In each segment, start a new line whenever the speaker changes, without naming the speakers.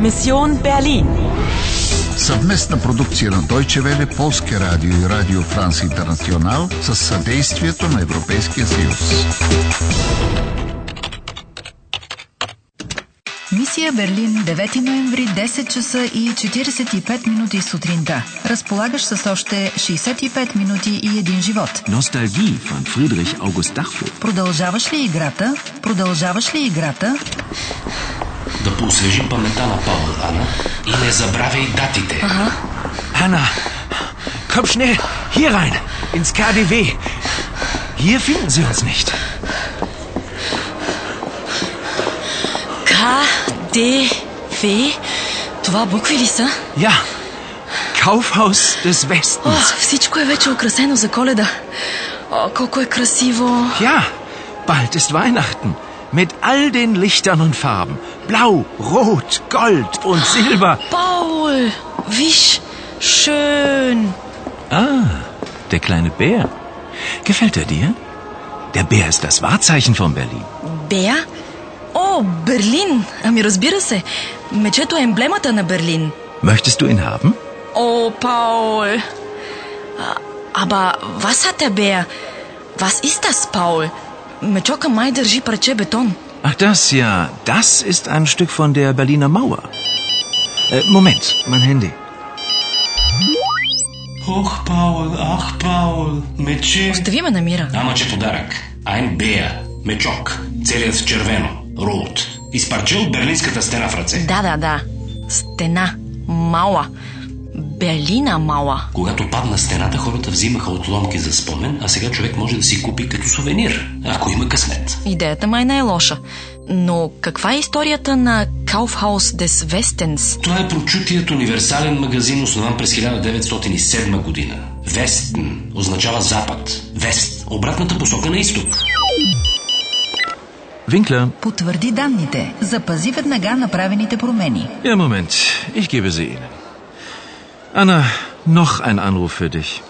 Mission Berlin.
Съвместна продукция на Deutsche Welle, Полския радио и Радио Франс Интернационал с съдействието на Европейския съюз.
Мисия Берлин, 9 ноември, 10 часа и 45 минути сутринта. Разполагаш с още 65 минути и един живот.
Nostalgie von Friedrich August Dachfeld.
Продължаваш ли играта? Продължаваш ли играта?
Да поосвежи паметта на Павел, Ана. И не забравяй датите.
Hanna, komm schnell hier rein, ins KDW. Hier finden Sie uns nicht.
KDW? Това букви ли са?
Ja, Kaufhaus des
О,
Westens.
всичко е вече украсено за коледа. О, колко е красиво.
Ja, bald ist Weihnachten. Mit all den Lichtern und Farben. Blau, Rot, Gold und Silber.
Паул, виж, шън.
Ah, der kleine Bär. Gefällt er dir? Der Bär ist das Wahrzeichen von Berlin.
Бея? О, Берлин! Ами разбира се, мечето е емблемата на Берлин.
Möchtest du ihn haben?
О, Паул! А, Аба, was hat der Bär? Was ist das, Paul? Мечока май държи парче бетон.
Ach das ja, das ist ein Stück von der Berliner Mauer. Äh, Moment, mein Handy.
Ох, Паул, ах, Паул, мече.
Остави ме на мира.
Ама че подарък. I'm Бея, мечок, целият в червено, роут. Изпарче от берлинската стена в ръце.
Да, да, да. Стена. Мала. Берлина мала.
Когато падна стената, хората взимаха отломки за спомен, а сега човек може да си купи като сувенир, ако има късмет.
Идеята май не е лоша. Но каква е историята на Kaufhaus des Westens?
Това е прочутият универсален магазин, основан през 1907 година. Вестен означава запад. Вест – обратната посока на изток.
Winkler.
Потвърди данните. Запази веднага направените промени.
Ja, Moment, ich gebe sie Ihnen. Anna, noch ein Anruf für dich.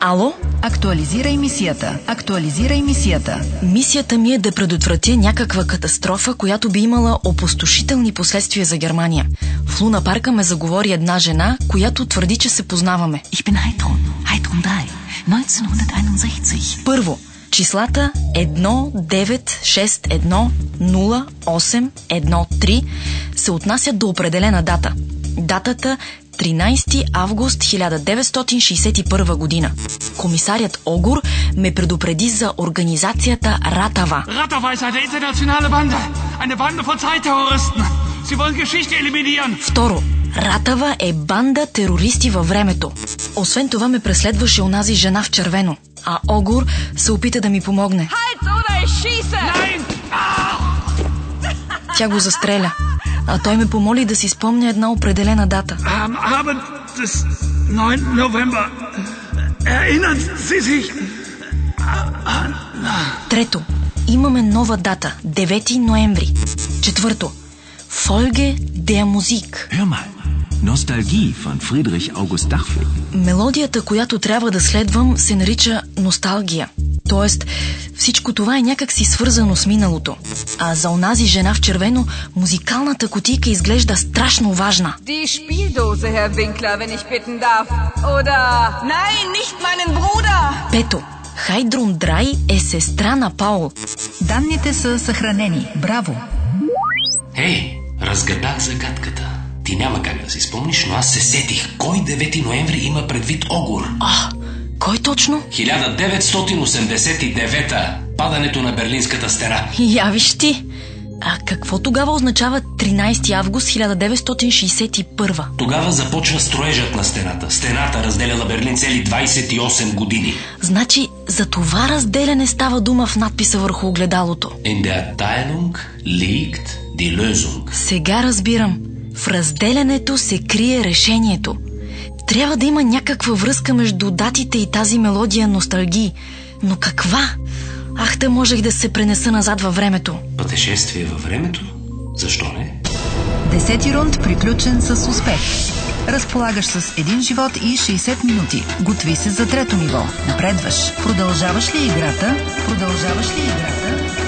Ало?
Актуализирай мисията. Актуализирай мисията.
Мисията ми е да предотвратя някаква катастрофа, която би имала опустошителни последствия за Германия. В Луна парка ме заговори една жена, която твърди, че се познаваме.
Ich bin Heidrun, Heidrun 3, 1961.
Първо, числата 19610813 се отнасят до определена дата. Датата 13 август 1961 година. Комисарят Огур ме предупреди за организацията Ратава.
Rattawey ist eine internationale Bande. Eine Bande von Zeitterroristen. Sie wollen Geschichte eliminieren.
Второ, Ратава е банда терористи във времето. Освен това ме преследваше онази жена в червено, а Огур се опита да ми помогне.
Nein!
Тя го застреля. А той ме помоли да си спомня една определена дата.
Am Abend des 9. November äh, erinnern Sie sich
Трето, имаме нова дата 9 ноември. Четвърто, Фолге де музик.
Hör mal, Nostalgie von Friedrich August Dachfeld.
Мелодията, която трябва да следвам, се нарича носталгия. Тоест, всичко това е някакси свързано с миналото. А за онази жена в червено, музикалната котийка изглежда страшно важна.
Die Spieldose, Herr Winkler, wenn ich bitten darf. Oder. Nein, nicht meinen Bruder!
Пето, Хайдрун Драй е сестра на Паул.
Данните са съхранени. Браво!
Ей, разгадах загадката. Ти няма как да си спомниш, но аз се сетих. Кой 9 ноември има предвид Огур?
А, кой точно?
1989-та. Падането на Берлинската стена.
Явиш ти! А какво тогава означава 13 август 1961?
Тогава започва строежът на стената. Стената разделяла Берлин цели 28 години.
Значи, за това разделяне става дума в надписа върху огледалото.
In der Teilung liegt die Lösung.
Сега разбирам. В разделянето се крие решението. Трябва да има някаква връзка между датите и тази мелодия носталгии. Но каква? Ах, да можех да се пренеса назад във времето.
Пътешествие във времето? Защо не?
Десети рунд приключен с успех. Разполагаш с един живот и 60 минути. Готви се за трето ниво. Напредваш. Продължаваш ли играта? Продължаваш ли играта?